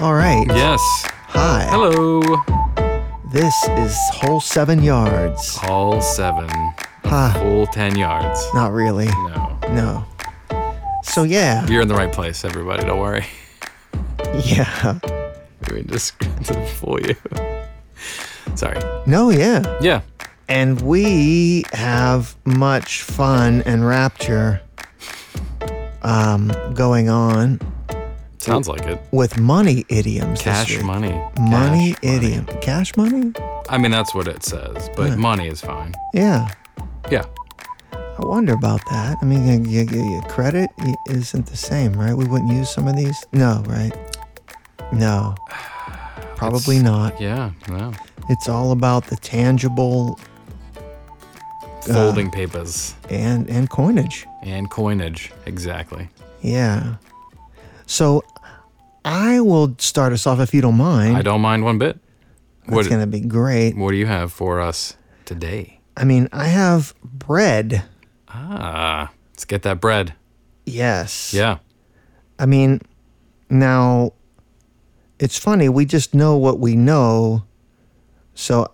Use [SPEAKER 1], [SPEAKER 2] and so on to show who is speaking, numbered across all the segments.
[SPEAKER 1] All right.
[SPEAKER 2] Yes.
[SPEAKER 1] Hi.
[SPEAKER 2] Hello.
[SPEAKER 1] This is whole seven yards.
[SPEAKER 2] All seven.
[SPEAKER 1] Ha.
[SPEAKER 2] Full 10 yards.
[SPEAKER 1] Not really.
[SPEAKER 2] No.
[SPEAKER 1] No. So yeah.
[SPEAKER 2] You're in the right place, everybody. Don't worry.
[SPEAKER 1] Yeah.
[SPEAKER 2] We just to fool you. Sorry.
[SPEAKER 1] No, yeah.
[SPEAKER 2] Yeah.
[SPEAKER 1] And we have much fun and rapture um, going on
[SPEAKER 2] Sounds like it.
[SPEAKER 1] with money idioms. this
[SPEAKER 2] Cash
[SPEAKER 1] week.
[SPEAKER 2] money.
[SPEAKER 1] Money
[SPEAKER 2] Cash
[SPEAKER 1] idiom. Cash money?
[SPEAKER 2] I mean, that's what it says, but money is fine.
[SPEAKER 1] Yeah.
[SPEAKER 2] Yeah.
[SPEAKER 1] I wonder about that. I mean, y y y credit i- isn't the same, right? We wouldn't use some of these? No, right? No. Probably not.
[SPEAKER 2] Yeah. No.
[SPEAKER 1] It's all about the tangible Uh.
[SPEAKER 2] Folding papers
[SPEAKER 1] and, and coinage.
[SPEAKER 2] and coinage. Exactly.
[SPEAKER 1] Yeah. So I will start us off if you don't mind.
[SPEAKER 2] I don't mind one bit. What,
[SPEAKER 1] It's going to be great.
[SPEAKER 2] what do you have for us today?
[SPEAKER 1] I mean, I have bread.
[SPEAKER 2] Ah, let's get that bread.
[SPEAKER 1] Yes.
[SPEAKER 2] Yeah.
[SPEAKER 1] I mean, now it's funny, we just know what we know. So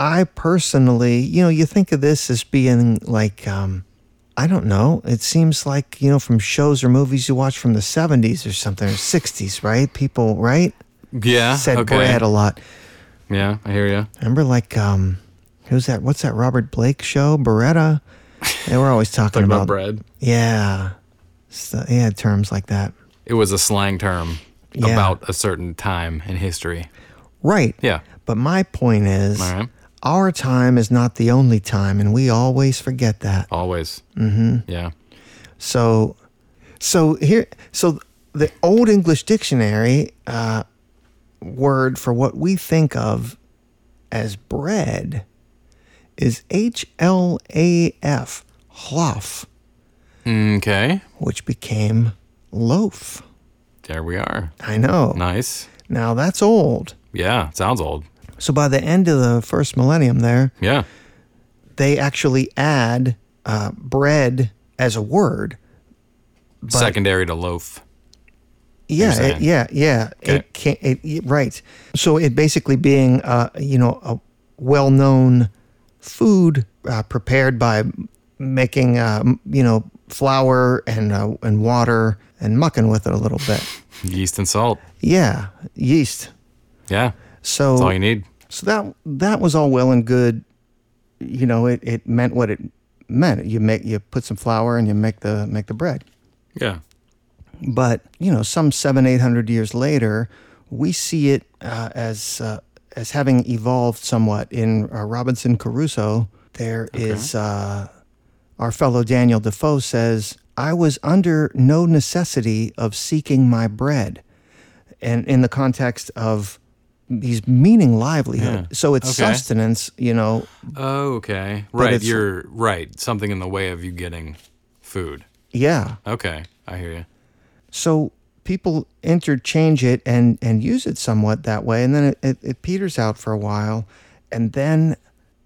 [SPEAKER 1] I personally, you know, you think of this as being like, um, I don't know. It seems like, you know, from shows or movies you watch from the 70s or something, or 60s, right? People, right?
[SPEAKER 2] Yeah.
[SPEAKER 1] Said
[SPEAKER 2] Ah, okay.
[SPEAKER 1] bread a lot.
[SPEAKER 2] Yeah, I hear you.
[SPEAKER 1] Remember, like, um, who's that? What's that Robert Blake show? Beretta? They were always talking,
[SPEAKER 2] Talking about bread.
[SPEAKER 1] Yeah. So, yeah, terms like that.
[SPEAKER 2] It was a slang term
[SPEAKER 1] Yeah.
[SPEAKER 2] about a certain time in history.
[SPEAKER 1] Right.
[SPEAKER 2] Yeah.
[SPEAKER 1] But my point is,
[SPEAKER 2] All right.
[SPEAKER 1] our time is not the only time, and we always forget that.
[SPEAKER 2] Always. Mm-hmm. Yeah.
[SPEAKER 1] So, so here, so the Old English Dictionary uh, word for what we think of as bread is H L A F, hlaf,
[SPEAKER 2] Okay.
[SPEAKER 1] which became loaf.
[SPEAKER 2] There we are.
[SPEAKER 1] I know.
[SPEAKER 2] Nice.
[SPEAKER 1] Now that's old.
[SPEAKER 2] Yeah. Sounds old.
[SPEAKER 1] So by the end of the first millennium, there,
[SPEAKER 2] Yeah.
[SPEAKER 1] they actually add uh, bread as a word.
[SPEAKER 2] Secondary to loaf.
[SPEAKER 1] Yeah,
[SPEAKER 2] You're
[SPEAKER 1] it,
[SPEAKER 2] saying.
[SPEAKER 1] yeah, yeah.
[SPEAKER 2] Okay.
[SPEAKER 1] It can it, it- right. So it basically being uh, you know a well-known food uh, prepared by making uh, m- you know flour and uh, and water and mucking with it a little bit.
[SPEAKER 2] Yeast and salt.
[SPEAKER 1] Yeah, yeast.
[SPEAKER 2] Yeah.
[SPEAKER 1] So
[SPEAKER 2] That's all you need.
[SPEAKER 1] So that that was all well and good. You know, it, it meant what it meant. You make you put some flour and you make the make the bread.
[SPEAKER 2] Yeah.
[SPEAKER 1] But you know, some seven eight hundred years later, we see it uh, as uh, as having evolved somewhat. In uh, Robinson Crusoe, there is uh, our fellow Daniel Defoe says, "I was under no necessity of seeking my bread," and in the context of he's meaning livelihood.
[SPEAKER 2] Yeah.
[SPEAKER 1] So it's
[SPEAKER 2] Okay.
[SPEAKER 1] sustenance, you know.
[SPEAKER 2] Okay. Right.
[SPEAKER 1] it's-
[SPEAKER 2] You're right. Something in the way of you getting food.
[SPEAKER 1] Yeah.
[SPEAKER 2] Okay. I hear you.
[SPEAKER 1] so people interchange it and and use it somewhat that way and then it, it, it peters out for a while and then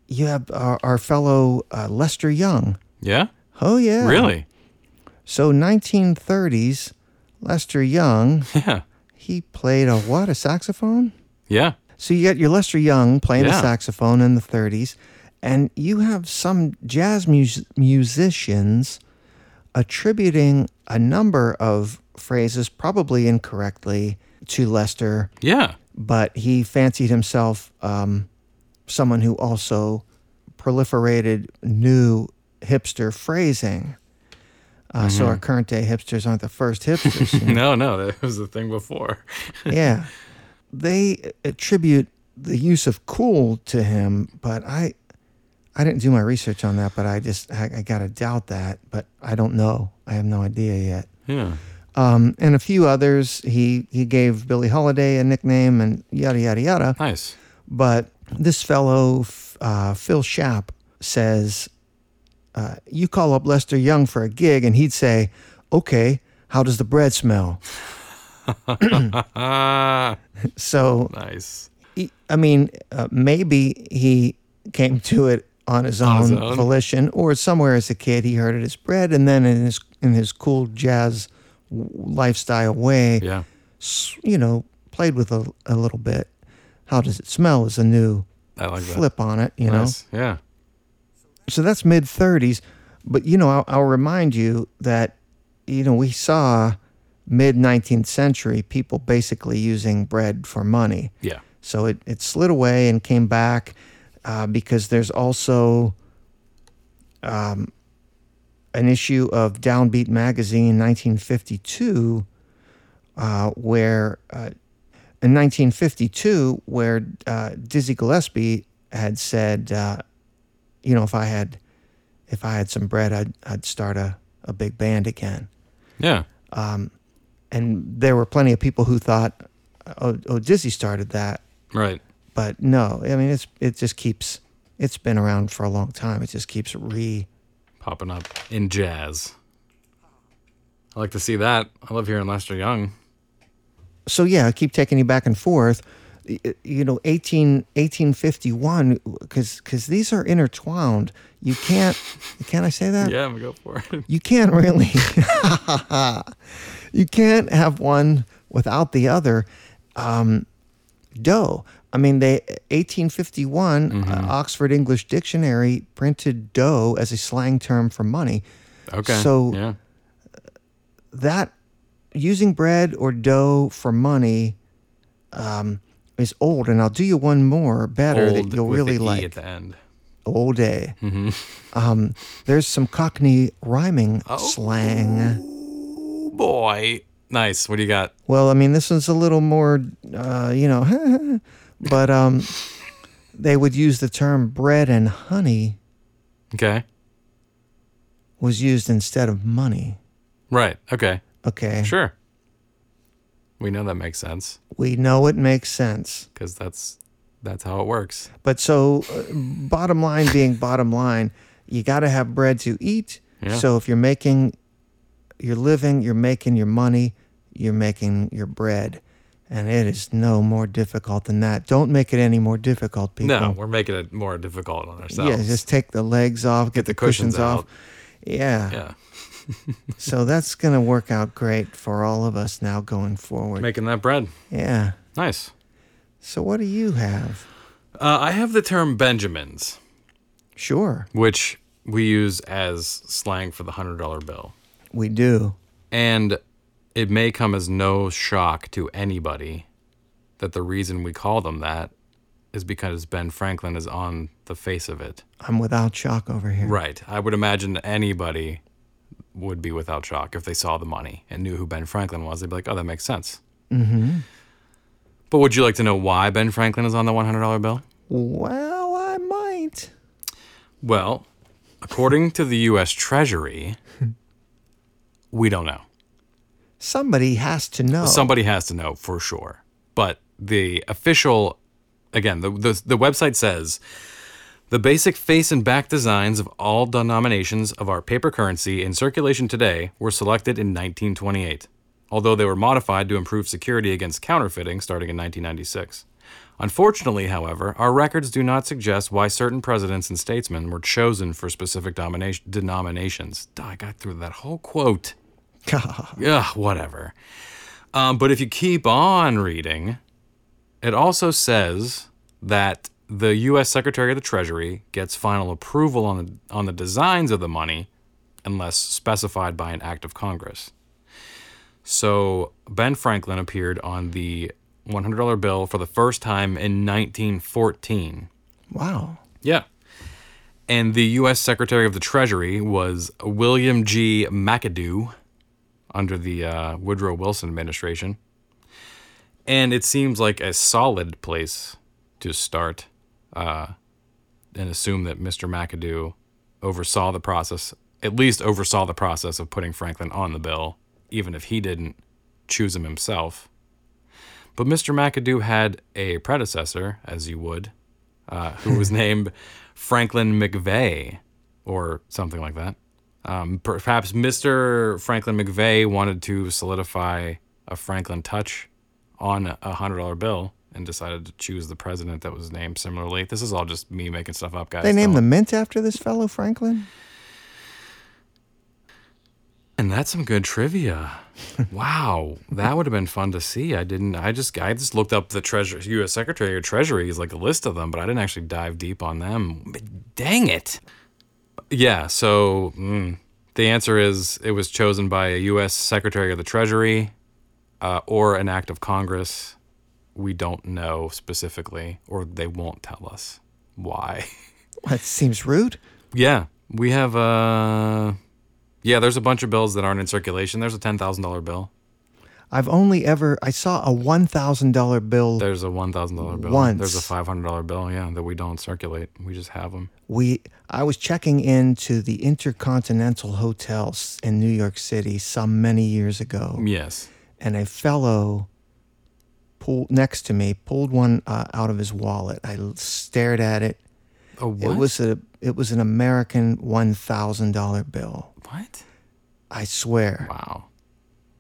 [SPEAKER 1] you have our, our fellow uh, lester young
[SPEAKER 2] Yeah.
[SPEAKER 1] oh yeah
[SPEAKER 2] Really?
[SPEAKER 1] so 1930s lester young
[SPEAKER 2] Yeah.
[SPEAKER 1] he played a what a saxophone
[SPEAKER 2] Yeah.
[SPEAKER 1] so you got your lester young playing a
[SPEAKER 2] Yeah.
[SPEAKER 1] saxophone in the 30s and you have some jazz mus- musicians attributing a number of phrases, probably incorrectly, to Lester,
[SPEAKER 2] Yeah.
[SPEAKER 1] but he fancied himself um, someone who also proliferated new hipster phrasing. Uh, So our current day hipsters aren't the first hipsters. you know?
[SPEAKER 2] No, no. That was the thing before.
[SPEAKER 1] yeah. They attribute the use of cool to him, but I I didn't do my research on that, but I just I, I gotta doubt that, but I don't know. I have no idea yet.
[SPEAKER 2] Yeah.
[SPEAKER 1] Um, and a few others, he he gave Billie Holiday a nickname and yada yada yada.
[SPEAKER 2] Nice.
[SPEAKER 1] But this fellow, f- uh, Phil Schapp, says, uh, "You call up Lester Young for a gig, and he'd say, okay, how does the bread smell?'"
[SPEAKER 2] Ah,
[SPEAKER 1] So
[SPEAKER 2] nice.
[SPEAKER 1] he- I mean, uh, maybe he came to it on his, own,
[SPEAKER 2] his own.
[SPEAKER 1] volition, or somewhere as a kid he heard it as bread, and then in his in his cool jazz w- lifestyle way,
[SPEAKER 2] Yeah.
[SPEAKER 1] s- you know, played with a, a little bit. How does it smell? Is a new
[SPEAKER 2] I like that.
[SPEAKER 1] flip on it, you know.
[SPEAKER 2] Nice. Yeah.
[SPEAKER 1] So that's mid 30s, but you know, I'll, I'll remind you that you know we saw mid 19th century people basically using bread for money.
[SPEAKER 2] Yeah.
[SPEAKER 1] So it, it slid away and came back uh, because there's also um, an issue of Downbeat magazine 1952 uh, where uh, in 1952 where uh, Dizzy Gillespie had said, uh, you know, if I had if I had some bread, I'd, I'd start a, a big band again
[SPEAKER 2] Yeah.
[SPEAKER 1] and there were plenty of people who thought, "Oh, oh Dizzy started that,"
[SPEAKER 2] Right.
[SPEAKER 1] but no. I mean, it's it just keeps it's been around for a long time. It just keeps re.
[SPEAKER 2] Popping up in jazz. I like to see that. I love hearing Lester Young.
[SPEAKER 1] So yeah, I keep taking you back and forth. Y- y- You know, 18, 1851, because these are intertwined. You can't, can I say that?
[SPEAKER 2] Yeah, I'm gonna go for it.
[SPEAKER 1] You can't really, you can't have one without the other. dough. I mean, they 1851 uh, Oxford English Dictionary printed dough as a slang term for money.
[SPEAKER 2] Okay.
[SPEAKER 1] So-
[SPEAKER 2] yeah.
[SPEAKER 1] That using bread or dough for money um, is old. And I'll do you one more better that you'll
[SPEAKER 2] with
[SPEAKER 1] really
[SPEAKER 2] the Mm-hmm. E
[SPEAKER 1] like.
[SPEAKER 2] at the end.
[SPEAKER 1] Old day. Um, there's some Cockney rhyming slang.
[SPEAKER 2] Oh boy. Nice. What do you got?
[SPEAKER 1] Well, I mean, this one's a little more, uh, you know, but um, they would use the term bread and honey.
[SPEAKER 2] Okay.
[SPEAKER 1] was used instead of money.
[SPEAKER 2] Right. Okay.
[SPEAKER 1] Okay.
[SPEAKER 2] Sure. We know that makes sense
[SPEAKER 1] We know it makes sense.
[SPEAKER 2] because that's that's how it works.
[SPEAKER 1] But so, uh, bottom line being bottom line, you got to have bread to eat.
[SPEAKER 2] Yeah.
[SPEAKER 1] So if you're making your living, you're making your money, you're making your bread. And it is no more difficult than that. Don't make it any more difficult, people.
[SPEAKER 2] No, we're making it more difficult on
[SPEAKER 1] Yeah,
[SPEAKER 2] ourselves.
[SPEAKER 1] just take the legs off, get,
[SPEAKER 2] the cushions
[SPEAKER 1] off.
[SPEAKER 2] out.
[SPEAKER 1] Yeah.
[SPEAKER 2] yeah.
[SPEAKER 1] So that's going to work out great for all of us now going forward.
[SPEAKER 2] Making that bread.
[SPEAKER 1] yeah.
[SPEAKER 2] Nice.
[SPEAKER 1] So what do you have?
[SPEAKER 2] Uh, I have the term Benjamins,
[SPEAKER 1] Sure.
[SPEAKER 2] which we use as slang for the $100 bill.
[SPEAKER 1] We do.
[SPEAKER 2] And it may come as no shock to anybody that the reason we call them that is because Ben Franklin is on the face of it.
[SPEAKER 1] I'm without shock over here.
[SPEAKER 2] Right. I would imagine anybody would be without shock if they saw the money and knew who Ben Franklin was. They'd be like, oh, that makes sense. Mm-hmm. But would you like to know why Ben Franklin is on the $100 bill?
[SPEAKER 1] Well, I might.
[SPEAKER 2] Well, according to the U.S. Treasury, we don't know.
[SPEAKER 1] Somebody has to know.
[SPEAKER 2] Somebody has to know for sure. But the official, again, the, the, the website says the basic face and back designs of all denominations of our paper currency in circulation today were selected in 1928, although they were modified to improve security against counterfeiting starting in 1996. Unfortunately, however, our records do not suggest why certain presidents and statesmen were chosen for specific domina- denominations. Duh, I got through that whole quote. Ugh, whatever. Um, but if you keep on reading, it also says that the U.S. Secretary of the Treasury gets final approval on the, on the designs of the money unless specified by an act of Congress. So Ben Franklin appeared on the $100 bill for the first time in 1914.
[SPEAKER 1] wow.
[SPEAKER 2] Yeah. And the U.S. Secretary of the Treasury was William G. McAdoo under the uh, Woodrow Wilson administration. And it seems like a solid place to start uh, and assume that Mr. McAdoo oversaw the process, at least oversaw the process of putting Franklin on the bill, even if he didn't choose him himself. But Mr. McAdoo had a predecessor, as you would, uh, who was named Franklin McVeigh or something like that. Um, perhaps Mr. Franklin McVeigh wanted to solidify a Franklin touch on a hundred dollar bill and decided to choose the president that was named similarly. This is all just me making stuff up, guys.
[SPEAKER 1] They
[SPEAKER 2] Don't-
[SPEAKER 1] named the mint after this fellow, Franklin?
[SPEAKER 2] And that's some good trivia. Wow, that would have been fun to see. I didn't. I just I just looked up the treasury, U.S. Secretary of Treasury is like a list of them, but I didn't actually dive deep on them. But dang it! Yeah. So mm, the answer is it was chosen by a U.S. Secretary of the Treasury uh, or an act of Congress. We don't know specifically, or they won't tell us why.
[SPEAKER 1] That seems rude.
[SPEAKER 2] Yeah, we have. Uh, yeah, there's a bunch of bills that aren't in circulation. There's a ten thousand dollar bill.
[SPEAKER 1] I've only ever I saw a one thousand dollar bill.
[SPEAKER 2] There's a one thousand dollar bill.
[SPEAKER 1] Once.
[SPEAKER 2] There's a five hundred dollar bill. Yeah, that we don't circulate. We just have them.
[SPEAKER 1] we I was checking into the Intercontinental Hotels in New York City some many years ago,
[SPEAKER 2] Yes.
[SPEAKER 1] and a fellow pulled next to me pulled one uh, out of his wallet. I l- stared at it.
[SPEAKER 2] A what?
[SPEAKER 1] It was a it was an American one thousand dollar bill.
[SPEAKER 2] what?
[SPEAKER 1] I swear.
[SPEAKER 2] Wow.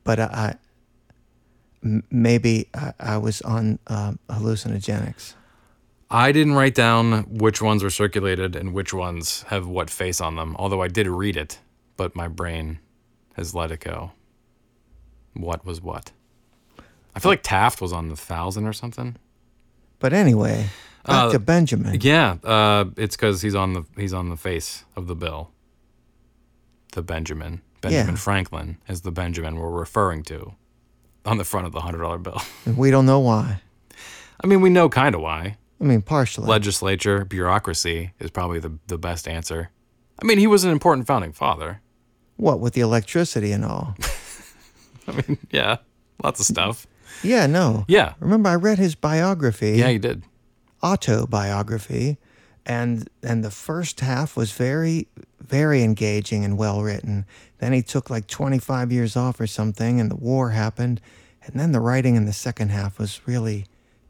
[SPEAKER 1] But I, I m- maybe I, I was on um, hallucinogenics.
[SPEAKER 2] I didn't write down which ones were circulated and which ones have what face on them. Although I did read it, but my brain has let it go. What was what? I feel like Taft was on the thousand or something.
[SPEAKER 1] But anyway, back
[SPEAKER 2] Uh,
[SPEAKER 1] to Benjamin.
[SPEAKER 2] Yeah, uh, it's because he's on the he's on the face of the bill. The Benjamin Benjamin
[SPEAKER 1] Yeah.
[SPEAKER 2] Franklin is the Benjamin we're referring to, on the front of the hundred dollar bill.
[SPEAKER 1] And we don't know why.
[SPEAKER 2] I mean, we know kind of why.
[SPEAKER 1] I mean, partially.
[SPEAKER 2] Legislature bureaucracy is probably the the best answer. I mean, he was an important founding father.
[SPEAKER 1] What with the electricity and all?
[SPEAKER 2] I mean, yeah, lots of stuff.
[SPEAKER 1] yeah, no.
[SPEAKER 2] Yeah,
[SPEAKER 1] Remember, I read his biography,
[SPEAKER 2] yeah, he did.
[SPEAKER 1] autobiography, and and the first half was very, very engaging and well written. Then he took like 25 years off or something, and the war happened, and then the writing in the second half was really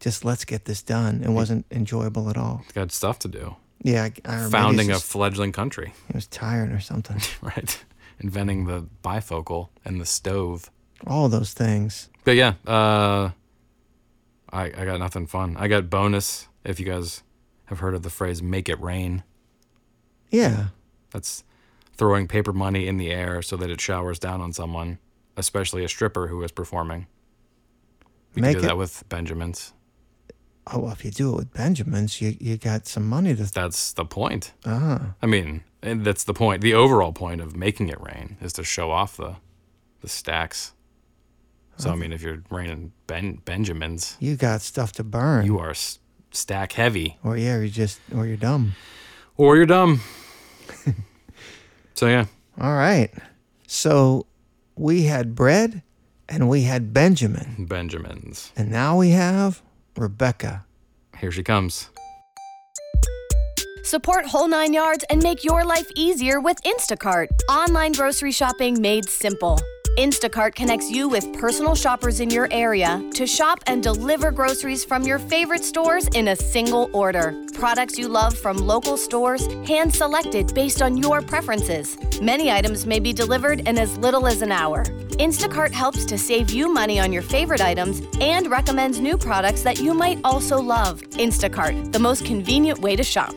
[SPEAKER 1] just let's get this done. It wasn't enjoyable at all.
[SPEAKER 2] He's got stuff to do.
[SPEAKER 1] Yeah, I, I remember
[SPEAKER 2] Founding
[SPEAKER 1] he
[SPEAKER 2] a
[SPEAKER 1] was, just-
[SPEAKER 2] fledgling country,
[SPEAKER 1] he was tired or something.
[SPEAKER 2] right? Inventing the bifocal and the stove.
[SPEAKER 1] all those things.
[SPEAKER 2] But yeah, uh, I I got nothing fun. I got bonus. If you guys have heard of the phrase "make it rain,"
[SPEAKER 1] Yeah.
[SPEAKER 2] that's throwing paper money in the air so that it showers down on someone, especially a stripper who is performing. We
[SPEAKER 1] Make
[SPEAKER 2] can do
[SPEAKER 1] it-
[SPEAKER 2] that with Benjamins.
[SPEAKER 1] Oh, well, if you do it with Benjamins, you you got some money to.
[SPEAKER 2] That's the point.
[SPEAKER 1] Ah,
[SPEAKER 2] I mean, and that's the point. The overall point of making it rain is to show off the the stacks. So I
[SPEAKER 1] Uh-huh.
[SPEAKER 2] mean, if you're raining ben- Benjamins,
[SPEAKER 1] you got stuff to burn.
[SPEAKER 2] you are s- stack heavy.
[SPEAKER 1] or yeah, you just or you're dumb.
[SPEAKER 2] or you're dumb. so yeah,
[SPEAKER 1] All right. So we had bread, and we had Benjamin,
[SPEAKER 2] Benjamins.
[SPEAKER 1] and now we have Rebecca.
[SPEAKER 2] Here she comes.
[SPEAKER 3] Support Whole Nine Yards and make your life easier with Instacart. Online grocery shopping made simple. Instacart connects you with personal shoppers in your area to shop and deliver groceries from your favorite stores in a single order. Products you love from local stores, hand selected based on your preferences. Many items may be delivered in as little as an hour. Instacart helps to save you money on your favorite items and recommends new products that you might also love. Instacart, the most convenient way to shop.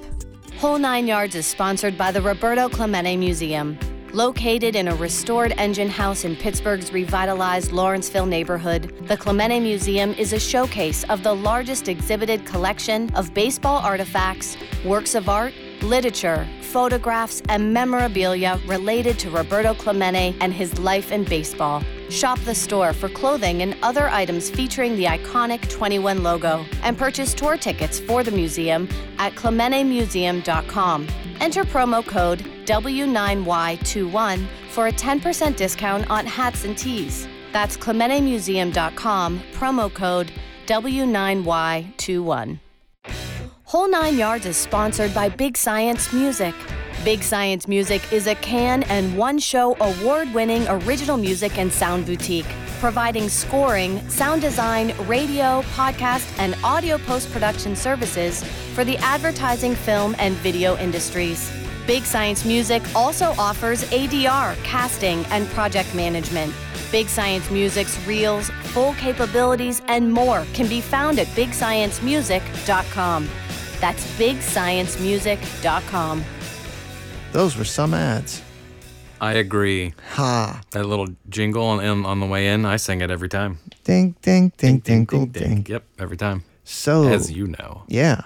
[SPEAKER 3] Whole Nine Yards is sponsored by the Roberto Clemente Museum. Located in a restored engine house in Pittsburgh's revitalized Lawrenceville neighborhood, the Clemente Museum is a showcase of the largest exhibited collection of baseball artifacts, works of art, literature, photographs, and memorabilia related to Roberto Clemente and his life in baseball. Shop the store for clothing and other items featuring the iconic 21 logo and purchase tour tickets for the museum at clementemuseum.com. Enter promo code W9Y21 for a 10% discount on hats and tees. That's clementemuseum.com, promo code W9Y21. Whole Nine Yards is sponsored by Big Science Music. Big Science Music is a can and one show award winning original music and sound boutique, providing scoring, sound design, radio, podcast, and audio post production services for the advertising, film, and video industries. Big Science Music also offers ADR, casting, and project management. Big Science Music's reels, full capabilities, and more can be found at bigsciencemusic.com. That's bigsciencemusic.com.
[SPEAKER 1] Those were some ads.
[SPEAKER 2] I agree.
[SPEAKER 1] Ha.
[SPEAKER 2] That little jingle on, on on the way in, I sing it every time.
[SPEAKER 1] Ding, ding, ding, ding, ding, Oh. ding.
[SPEAKER 2] Yep, every time.
[SPEAKER 1] So,
[SPEAKER 2] As you know.
[SPEAKER 1] yeah.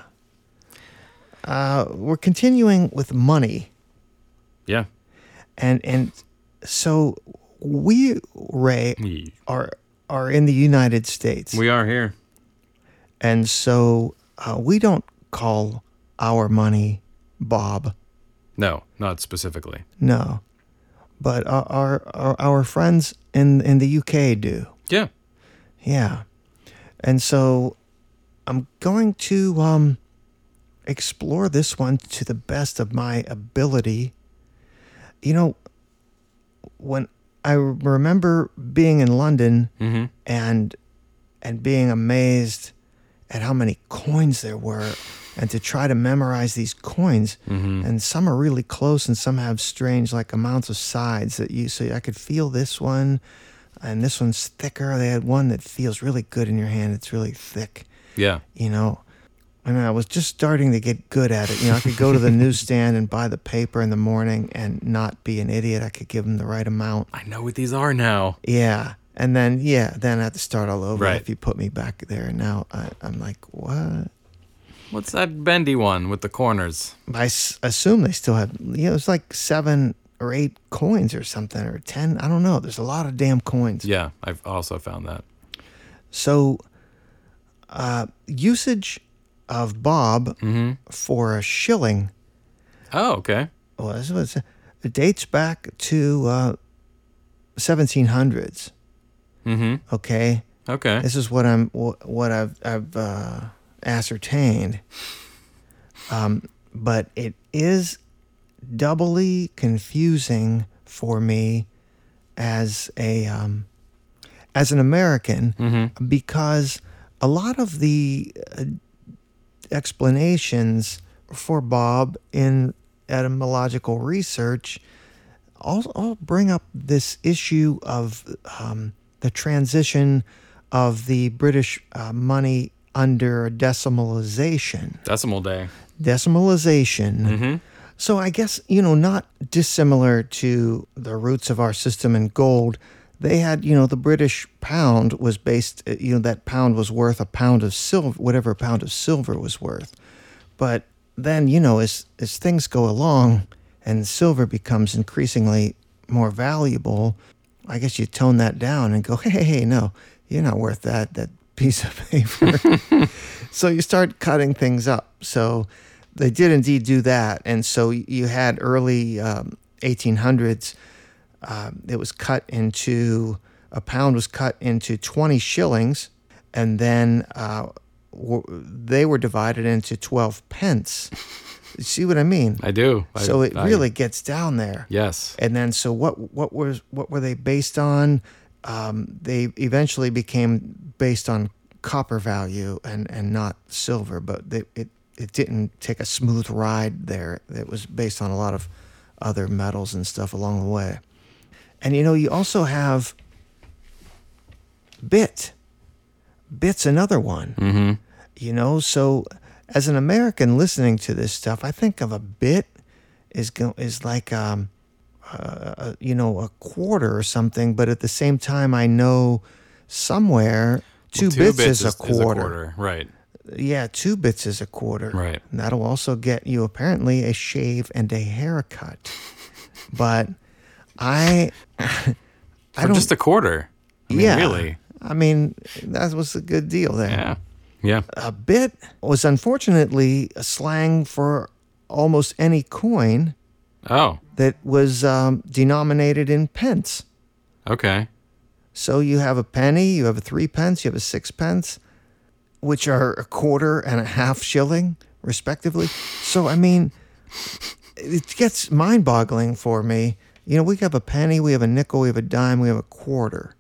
[SPEAKER 1] Uh, we're continuing with money.
[SPEAKER 2] Yeah.
[SPEAKER 1] And, and so we, Ray,
[SPEAKER 2] Ye-
[SPEAKER 1] are, are in the United States.
[SPEAKER 2] We are here.
[SPEAKER 1] and so uh, we don't call our money Bob.
[SPEAKER 2] No, not specifically.
[SPEAKER 1] No, but our our, our- our friends in in the UK do.
[SPEAKER 2] Yeah.
[SPEAKER 1] Yeah, and so I'm going to um, explore this one to the best of my ability. You know, when I remember being in London and and being amazed at how many coins there were and to try to memorize these coins
[SPEAKER 2] Mm-hmm.
[SPEAKER 1] and some are really close and some have strange like amounts of sides that you so I could feel this one and this one's thicker they had one that feels really good in your hand it's really thick
[SPEAKER 2] Yeah.
[SPEAKER 1] you know I mean I was just starting to get good at it you know I could go to the newsstand and buy the paper in the morning and not be an idiot I could give them the right amount
[SPEAKER 2] I know what these are now.
[SPEAKER 1] yeah. And then, yeah, then I have to start all over
[SPEAKER 2] Right.
[SPEAKER 1] if you put me back there. And now I, I'm like, what?
[SPEAKER 2] What's that bendy one with the corners?
[SPEAKER 1] I s- assume they still have, you know, it's like seven or eight coins or something or 10. I don't know. There's a lot of damn coins.
[SPEAKER 2] Yeah, I've also found that.
[SPEAKER 1] So, uh, usage of Bob for a shilling
[SPEAKER 2] Oh, okay.
[SPEAKER 1] well, this was, it dates back to uh, 1700s. Mm-hmm. Okay.
[SPEAKER 2] Okay.
[SPEAKER 1] This is what I'm wh- what I've I've uh, ascertained. Um, but it is doubly confusing for me as a um, as an American because a lot of the uh, explanations for Bob in etymological research all, all bring up this issue of um, the transition of the British uh, money under decimalization.
[SPEAKER 2] Decimal day.
[SPEAKER 1] Decimalization. So I guess, you know, not dissimilar to the roots of our system in gold. They had, you know, the British pound was based, uh, you know, that pound was worth a pound of silver, whatever a pound of silver was worth. But then, you know, as, as things go along and silver becomes increasingly more valuable, I guess you tone that down and go, hey, hey, hey, no, you're not worth that, that piece of paper. So you start cutting things up. So they did indeed do that, and so you had early um, 1800s. Um, it was cut into a pound was cut into 20 shillings, and then uh, w- they were divided into 12 pence. See what I mean?
[SPEAKER 2] I do. I,
[SPEAKER 1] so it
[SPEAKER 2] I-
[SPEAKER 1] really gets down there.
[SPEAKER 2] Yes.
[SPEAKER 1] And then, so what? What was? What were they based on? Um, they eventually became based on copper value and and not silver. But they, it it didn't take a smooth ride there. It was based on a lot of other metals and stuff along the way. And you know, you also have bit. Bit's another one. Mm-hmm. You know, so as an American listening to this stuff, I think of a bit is go- is like um, uh, you know a quarter or something, but at the same time, I know somewhere two, bits, is, a quarter.
[SPEAKER 2] Right.
[SPEAKER 1] Yeah, two bits is a quarter.
[SPEAKER 2] Right.
[SPEAKER 1] And that'll also get you apparently a shave and a haircut. but I, I
[SPEAKER 2] For
[SPEAKER 1] don't.
[SPEAKER 2] just a quarter. I mean,
[SPEAKER 1] yeah.
[SPEAKER 2] Really.
[SPEAKER 1] I mean, that was a good deal there.
[SPEAKER 2] Yeah. Yeah.
[SPEAKER 1] A bit was unfortunately a slang for almost any coin
[SPEAKER 2] Oh.
[SPEAKER 1] that was um, denominated in pence.
[SPEAKER 2] Okay.
[SPEAKER 1] So you have a penny, you have a three pence, you have a six pence, which are a quarter and a half shilling, respectively. So, I mean, it gets mind boggling for me. You know, we have a penny, we have a nickel, we have a dime, we have a quarter.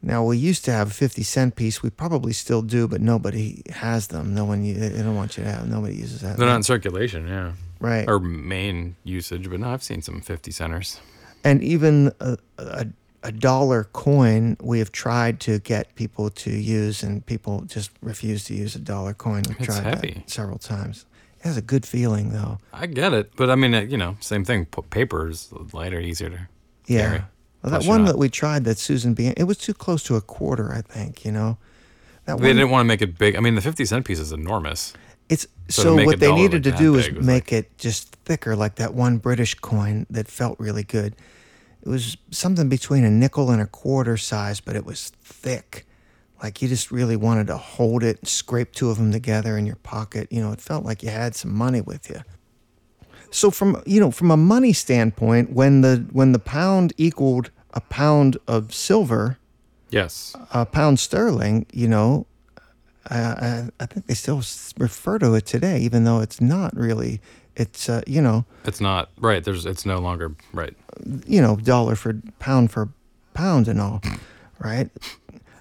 [SPEAKER 1] Now, we used to have a 50 cent piece. We probably still do, but nobody has them. No one, they don't want you to have, nobody uses that.
[SPEAKER 2] They're not in circulation. Yeah.
[SPEAKER 1] right.
[SPEAKER 2] Or main usage, but no, I've seen some 50 centers.
[SPEAKER 1] and even a, a, a dollar coin we have tried to get people to use and people just refuse to use a dollar coin we've tried
[SPEAKER 2] heavy.
[SPEAKER 1] that several times it has a good feeling though
[SPEAKER 2] I get it, but I mean, uh, you know, same thing. P- paper is lighter, easier to
[SPEAKER 1] Yeah.
[SPEAKER 2] Gary.
[SPEAKER 1] Well,
[SPEAKER 2] Close
[SPEAKER 1] that
[SPEAKER 2] or
[SPEAKER 1] one
[SPEAKER 2] not?
[SPEAKER 1] that we tried that Susan began, it was too close to a quarter, I think, you know. That
[SPEAKER 2] They
[SPEAKER 1] one,
[SPEAKER 2] didn't want to make it big. I mean, the 50 cent piece is enormous.
[SPEAKER 1] it's
[SPEAKER 2] so
[SPEAKER 1] so,
[SPEAKER 2] to make a
[SPEAKER 1] what they
[SPEAKER 2] dollar
[SPEAKER 1] needed
[SPEAKER 2] like
[SPEAKER 1] to do
[SPEAKER 2] that
[SPEAKER 1] is
[SPEAKER 2] big
[SPEAKER 1] make
[SPEAKER 2] was
[SPEAKER 1] it just thicker like that one British coin that felt really good. It was something between a nickel and a quarter size, but it was thick. Like you just really wanted to hold it, scrape two of them together in your pocket, you know, it felt like you had some money with you. So from you know from a money standpoint, when the when the pound equaled a pound of silver,
[SPEAKER 2] Yes.
[SPEAKER 1] a pound sterling, you know, I, I, I think they still s- refer to it today, even though it's not really. It's uh, you know,
[SPEAKER 2] It's not right. There's it's no longer right.
[SPEAKER 1] you know, dollar for pound for pound and all, right?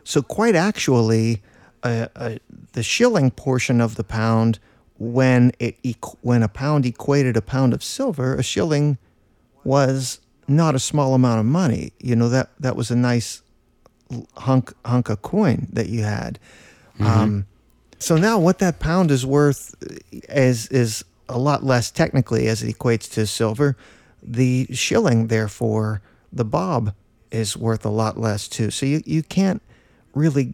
[SPEAKER 1] So quite actually, uh, uh, the shilling portion of the pound, when it equ- when a pound equated a pound of silver, a shilling was not a small amount of money. You know that that was a nice l- hunk hunk of coin that you had. Um, so now what that pound is worth is is a lot less technically as it equates to silver. The shilling, therefore, the bob is worth a lot less too. So you, you can't really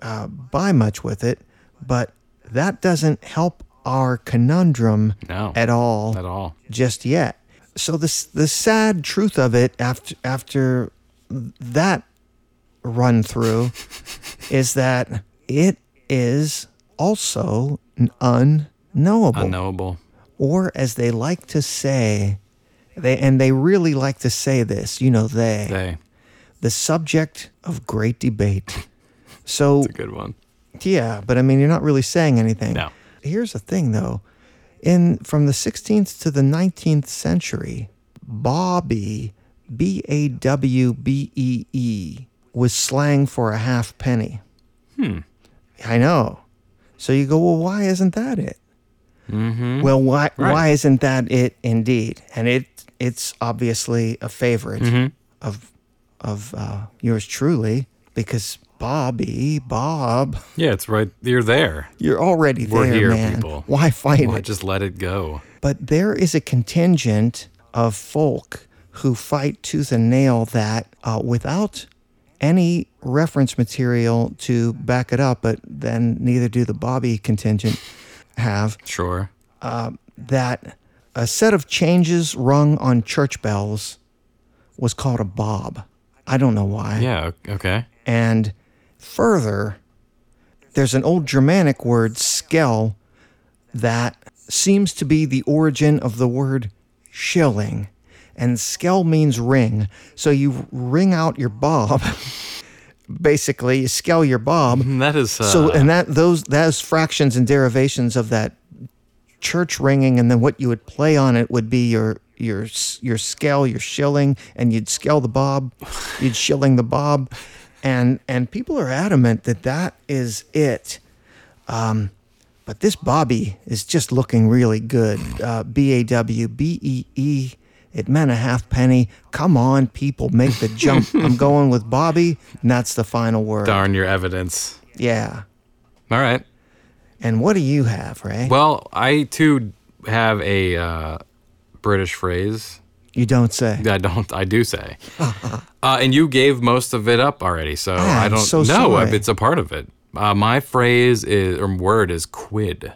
[SPEAKER 1] uh, buy much with it, but that doesn't help our conundrum
[SPEAKER 2] No.
[SPEAKER 1] at all
[SPEAKER 2] At all.
[SPEAKER 1] just yet. So this the sad truth of it after after that run through is that it is also n- unknowable
[SPEAKER 2] Unknowable.
[SPEAKER 1] or as they like to say they and they really like to say this, you know they,
[SPEAKER 2] They.
[SPEAKER 1] the subject of great debate. So
[SPEAKER 2] It's a good one.
[SPEAKER 1] yeah, but I mean, you're not really saying anything.
[SPEAKER 2] No.
[SPEAKER 1] Here's the thing, though. In from the 16th to the 19th century, Bobby, B A W B E E, was slang for a half penny. Hmm. I know. So you go, well, why isn't that it? Well, why why isn't that it indeed? And it it's obviously a favorite of of uh, yours truly because Bobby Bob,
[SPEAKER 2] Yeah, it's right. You're there.
[SPEAKER 1] you're already
[SPEAKER 2] We're
[SPEAKER 1] there,
[SPEAKER 2] here,
[SPEAKER 1] man.
[SPEAKER 2] people.
[SPEAKER 1] Why fight
[SPEAKER 2] Well,
[SPEAKER 1] it?
[SPEAKER 2] just let it go.
[SPEAKER 1] But there is a contingent of folk who fight tooth and nail that uh, without any reference material to back it up, but then neither do the Bobby contingent have
[SPEAKER 2] Sure.
[SPEAKER 1] that a set of changes rung on church bells was called a bob. I don't know why.
[SPEAKER 2] Yeah. o- Okay.
[SPEAKER 1] And further, there's an old Germanic word, skell, that seems to be the origin of the word shilling. And skell means ring. So you ring out your bob. Basically, you skell your bob.
[SPEAKER 2] And that is. Uh,
[SPEAKER 1] So and that those those fractions and derivations of that church ringing, and then what you would play on it would be your your s- your scale, your shilling, and you'd scale the bob, you'd shilling the bob, and and people are adamant that that is it. Um, but this Bobby is just looking really good. Uh, B A W B E E. It meant a half penny. Come on, people, make the jump. I'm going with Bobby, and that's the final word.
[SPEAKER 2] darn your evidence.
[SPEAKER 1] Yeah.
[SPEAKER 2] All right.
[SPEAKER 1] And what do you have, Ray?
[SPEAKER 2] Well, I too have a uh, British phrase
[SPEAKER 1] you don't say.
[SPEAKER 2] that I don't. I do say. uh, and you gave most of it up already, so
[SPEAKER 1] Ah,
[SPEAKER 2] I
[SPEAKER 1] I'm
[SPEAKER 2] don't
[SPEAKER 1] so
[SPEAKER 2] know if
[SPEAKER 1] sorry.
[SPEAKER 2] it's a part of it. Uh, my phrase is or word is quid.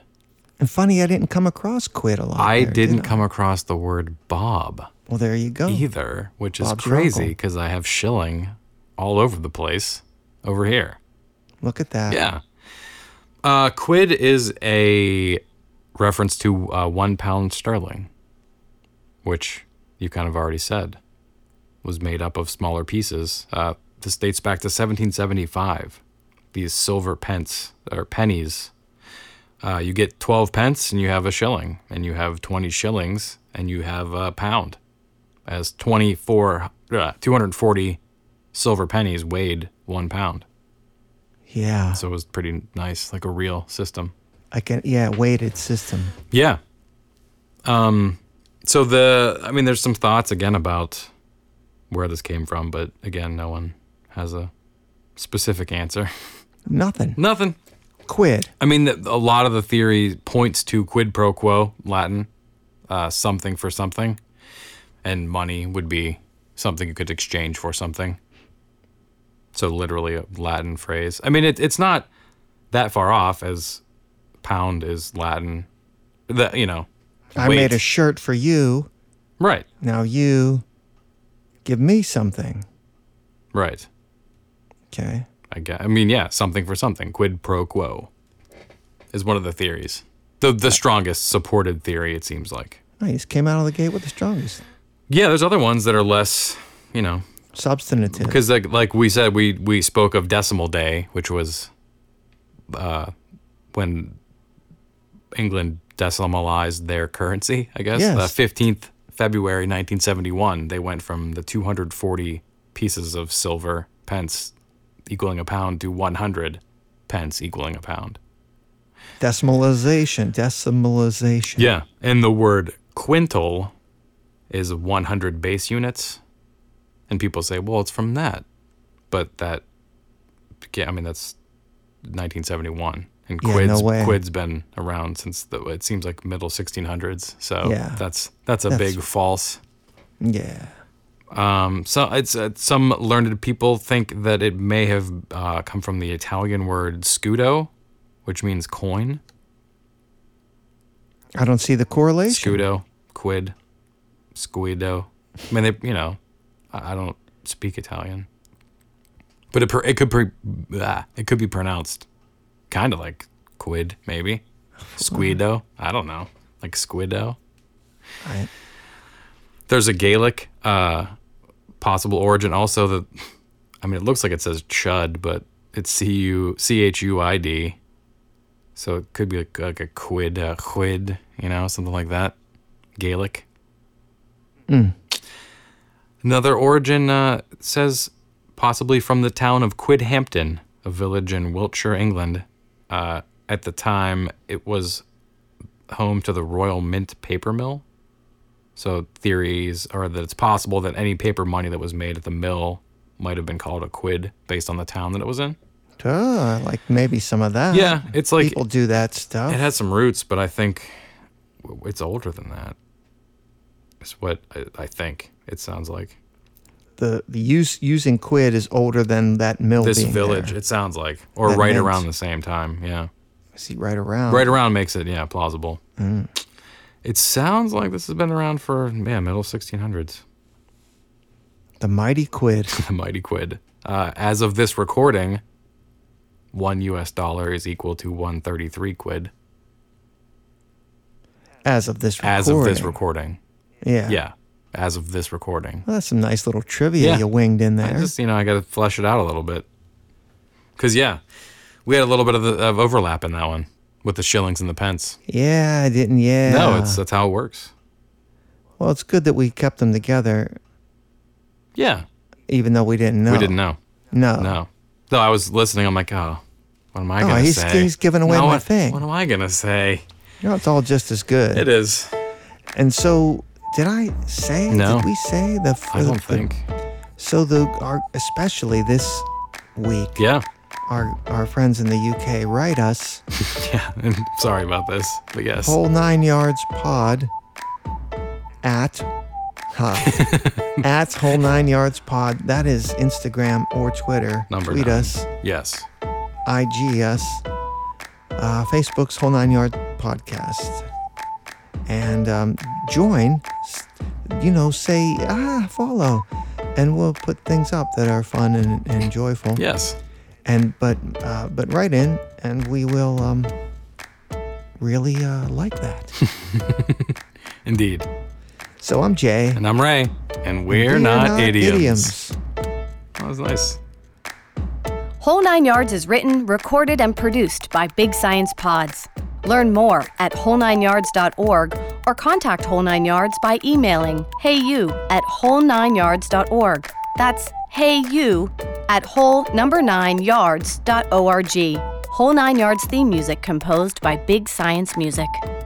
[SPEAKER 1] And funny, I didn't come across quid a lot.
[SPEAKER 2] I
[SPEAKER 1] there, did
[SPEAKER 2] didn't come across the word bob
[SPEAKER 1] Well, there you go.
[SPEAKER 2] either, which is
[SPEAKER 1] Bob's your
[SPEAKER 2] crazy
[SPEAKER 1] uncle.
[SPEAKER 2] because I have shilling all over the place over here.
[SPEAKER 1] Look at that.
[SPEAKER 2] Yeah. Uh, quid is a reference to uh, one pound sterling, which you kind of already said was made up of smaller pieces. Uh, this dates back to 1775. These silver pence or pennies. Uh, you get 12 pence and you have a shilling, and you have 20 shillings and you have a pound, as 24, uh, 240 silver pennies weighed one pound.
[SPEAKER 1] Yeah.
[SPEAKER 2] So it was pretty nice, like a real system.
[SPEAKER 1] I can. Yeah, weighted system.
[SPEAKER 2] Yeah. Um, so the, I mean, there's some thoughts again about where this came from, but again, no one has a specific answer.
[SPEAKER 1] Nothing.
[SPEAKER 2] Nothing.
[SPEAKER 1] Quid.
[SPEAKER 2] I mean, the, a lot of the theory points to quid pro quo, Latin, uh, something for something, and money would be something you could exchange for something. So literally a Latin phrase. I mean, it, it's not that far off as pound is Latin. That you know,
[SPEAKER 1] I made a
[SPEAKER 2] weight.
[SPEAKER 1] shirt for you.
[SPEAKER 2] right,
[SPEAKER 1] Now you give me something.
[SPEAKER 2] right.
[SPEAKER 1] Okay.
[SPEAKER 2] I guess. I mean, yeah, something for something. Quid pro quo is one of the theories. The the strongest supported theory, it seems like.
[SPEAKER 1] Nice. Came out of the gate with the strongest.
[SPEAKER 2] Yeah, there's other ones that are less, you know,
[SPEAKER 1] Substantive.
[SPEAKER 2] because like like we said, we we spoke of decimal day, which was, uh, when England decimalized their currency. I guess the
[SPEAKER 1] Yes.
[SPEAKER 2] fifteenth February, nineteen seventy one, they went from the two hundred forty pieces of silver pence equaling a pound to one hundred pence equaling a pound.
[SPEAKER 1] Decimalization. Decimalization.
[SPEAKER 2] Yeah, and the word quintal is 100 base units, and people say, "Well, it's from that," but that, yeah, I mean that's 1971, and
[SPEAKER 1] Yeah,
[SPEAKER 2] quid's
[SPEAKER 1] no way.
[SPEAKER 2] quid's been around since the it seems like middle 1600s. So
[SPEAKER 1] Yeah.
[SPEAKER 2] that's that's a
[SPEAKER 1] That's-
[SPEAKER 2] big false.
[SPEAKER 1] Yeah.
[SPEAKER 2] Um, so it's uh, some learned people think that it may have uh, come from the Italian word scudo, which means coin.
[SPEAKER 1] I don't see the correlation.
[SPEAKER 2] Scudo, quid, squido. I mean, they, you know, I, I don't speak Italian, but it per, it could pre, blah, it could be pronounced kind of like quid, maybe squido. I don't know, like squido.
[SPEAKER 1] I,
[SPEAKER 2] There's a Gaelic uh, possible origin also that, I mean, it looks like it says chud, but it's C U C H U I D. So it could be like, like a quid, uh, quid, you know, something like that. Gaelic. Another origin uh, says possibly from the town of Quidhampton, a village in Wiltshire, England. Uh, at the time, it was home to the Royal Mint paper mill. So theories are that it's possible that any paper money that was made at the mill might have been called a quid based on the town that it was in.
[SPEAKER 1] oh, I like maybe some of that.
[SPEAKER 2] Yeah, it's like
[SPEAKER 1] People do that stuff.
[SPEAKER 2] it has some roots, but I think w- it's older than that. Is what I, I think it sounds like.
[SPEAKER 1] the the use using quid is older than that mill
[SPEAKER 2] This
[SPEAKER 1] being
[SPEAKER 2] village,
[SPEAKER 1] there.
[SPEAKER 2] it sounds like, or
[SPEAKER 1] That Oh.
[SPEAKER 2] right
[SPEAKER 1] meant-
[SPEAKER 2] around the same time. Yeah,
[SPEAKER 1] See right around.
[SPEAKER 2] right around makes it yeah plausible.
[SPEAKER 1] Mm.
[SPEAKER 2] It sounds like this has been around for yeah middle 1600s.
[SPEAKER 1] The mighty quid.
[SPEAKER 2] the mighty quid. Uh, as of this recording, one U.S. dollar is equal to 133 quid.
[SPEAKER 1] As of this recording.
[SPEAKER 2] As of this recording,
[SPEAKER 1] Yeah.
[SPEAKER 2] yeah. As of this recording,
[SPEAKER 1] Well, that's some nice little trivia
[SPEAKER 2] Yeah.
[SPEAKER 1] you winged in
[SPEAKER 2] I
[SPEAKER 1] there.
[SPEAKER 2] just you know I got to flesh it out a little bit. Cause yeah, we had a little bit of, the, of overlap in that one with the shillings and the pence.
[SPEAKER 1] yeah, I didn't. Yeah.
[SPEAKER 2] No, it's uh, that's how it works.
[SPEAKER 1] well, it's good that we kept them together,
[SPEAKER 2] Yeah,
[SPEAKER 1] even though we didn't know.
[SPEAKER 2] we didn't know.
[SPEAKER 1] No.
[SPEAKER 2] No, no, I was listening. I'm like, oh, what am I gonna
[SPEAKER 1] he's-
[SPEAKER 2] say?
[SPEAKER 1] he's giving away
[SPEAKER 2] No,
[SPEAKER 1] my
[SPEAKER 2] what-
[SPEAKER 1] thing.
[SPEAKER 2] What am I gonna say?
[SPEAKER 1] You know, it's all just as good.
[SPEAKER 2] It is.
[SPEAKER 1] And so, did I say?
[SPEAKER 2] No.
[SPEAKER 1] Did we say the?
[SPEAKER 2] I don't
[SPEAKER 1] the-
[SPEAKER 2] think.
[SPEAKER 1] So the our especially this week,
[SPEAKER 2] Yeah.
[SPEAKER 1] our our friends in the UK write us
[SPEAKER 2] Yeah, and sorry about this, but yes.
[SPEAKER 1] whole nine yards pod at huh, at whole nine yards pod. That is Instagram or Twitter.
[SPEAKER 2] Number
[SPEAKER 1] Tweet
[SPEAKER 2] nine.
[SPEAKER 1] us,
[SPEAKER 2] Yes.
[SPEAKER 1] IG us, uh, Facebook's whole nine yard podcast, and um, join. s- You know, say ah follow, and we'll put things up that are fun and, and joyful.
[SPEAKER 2] Yes.
[SPEAKER 1] and but uh, but write in and we will um, really uh, like that
[SPEAKER 2] Indeed.
[SPEAKER 1] so i'm jay
[SPEAKER 2] And I'm Ray. And we're, not, idioms. That was nice.
[SPEAKER 3] Whole Nine Yards is written, recorded, and produced by Big Science Pods. Learn more at whole9yards.org or contact Whole Nine Yards by emailing heyu at whole9yards.org. That's heyu at whole number nine yards.org. Whole Nine Yards theme music composed by Big Science Music.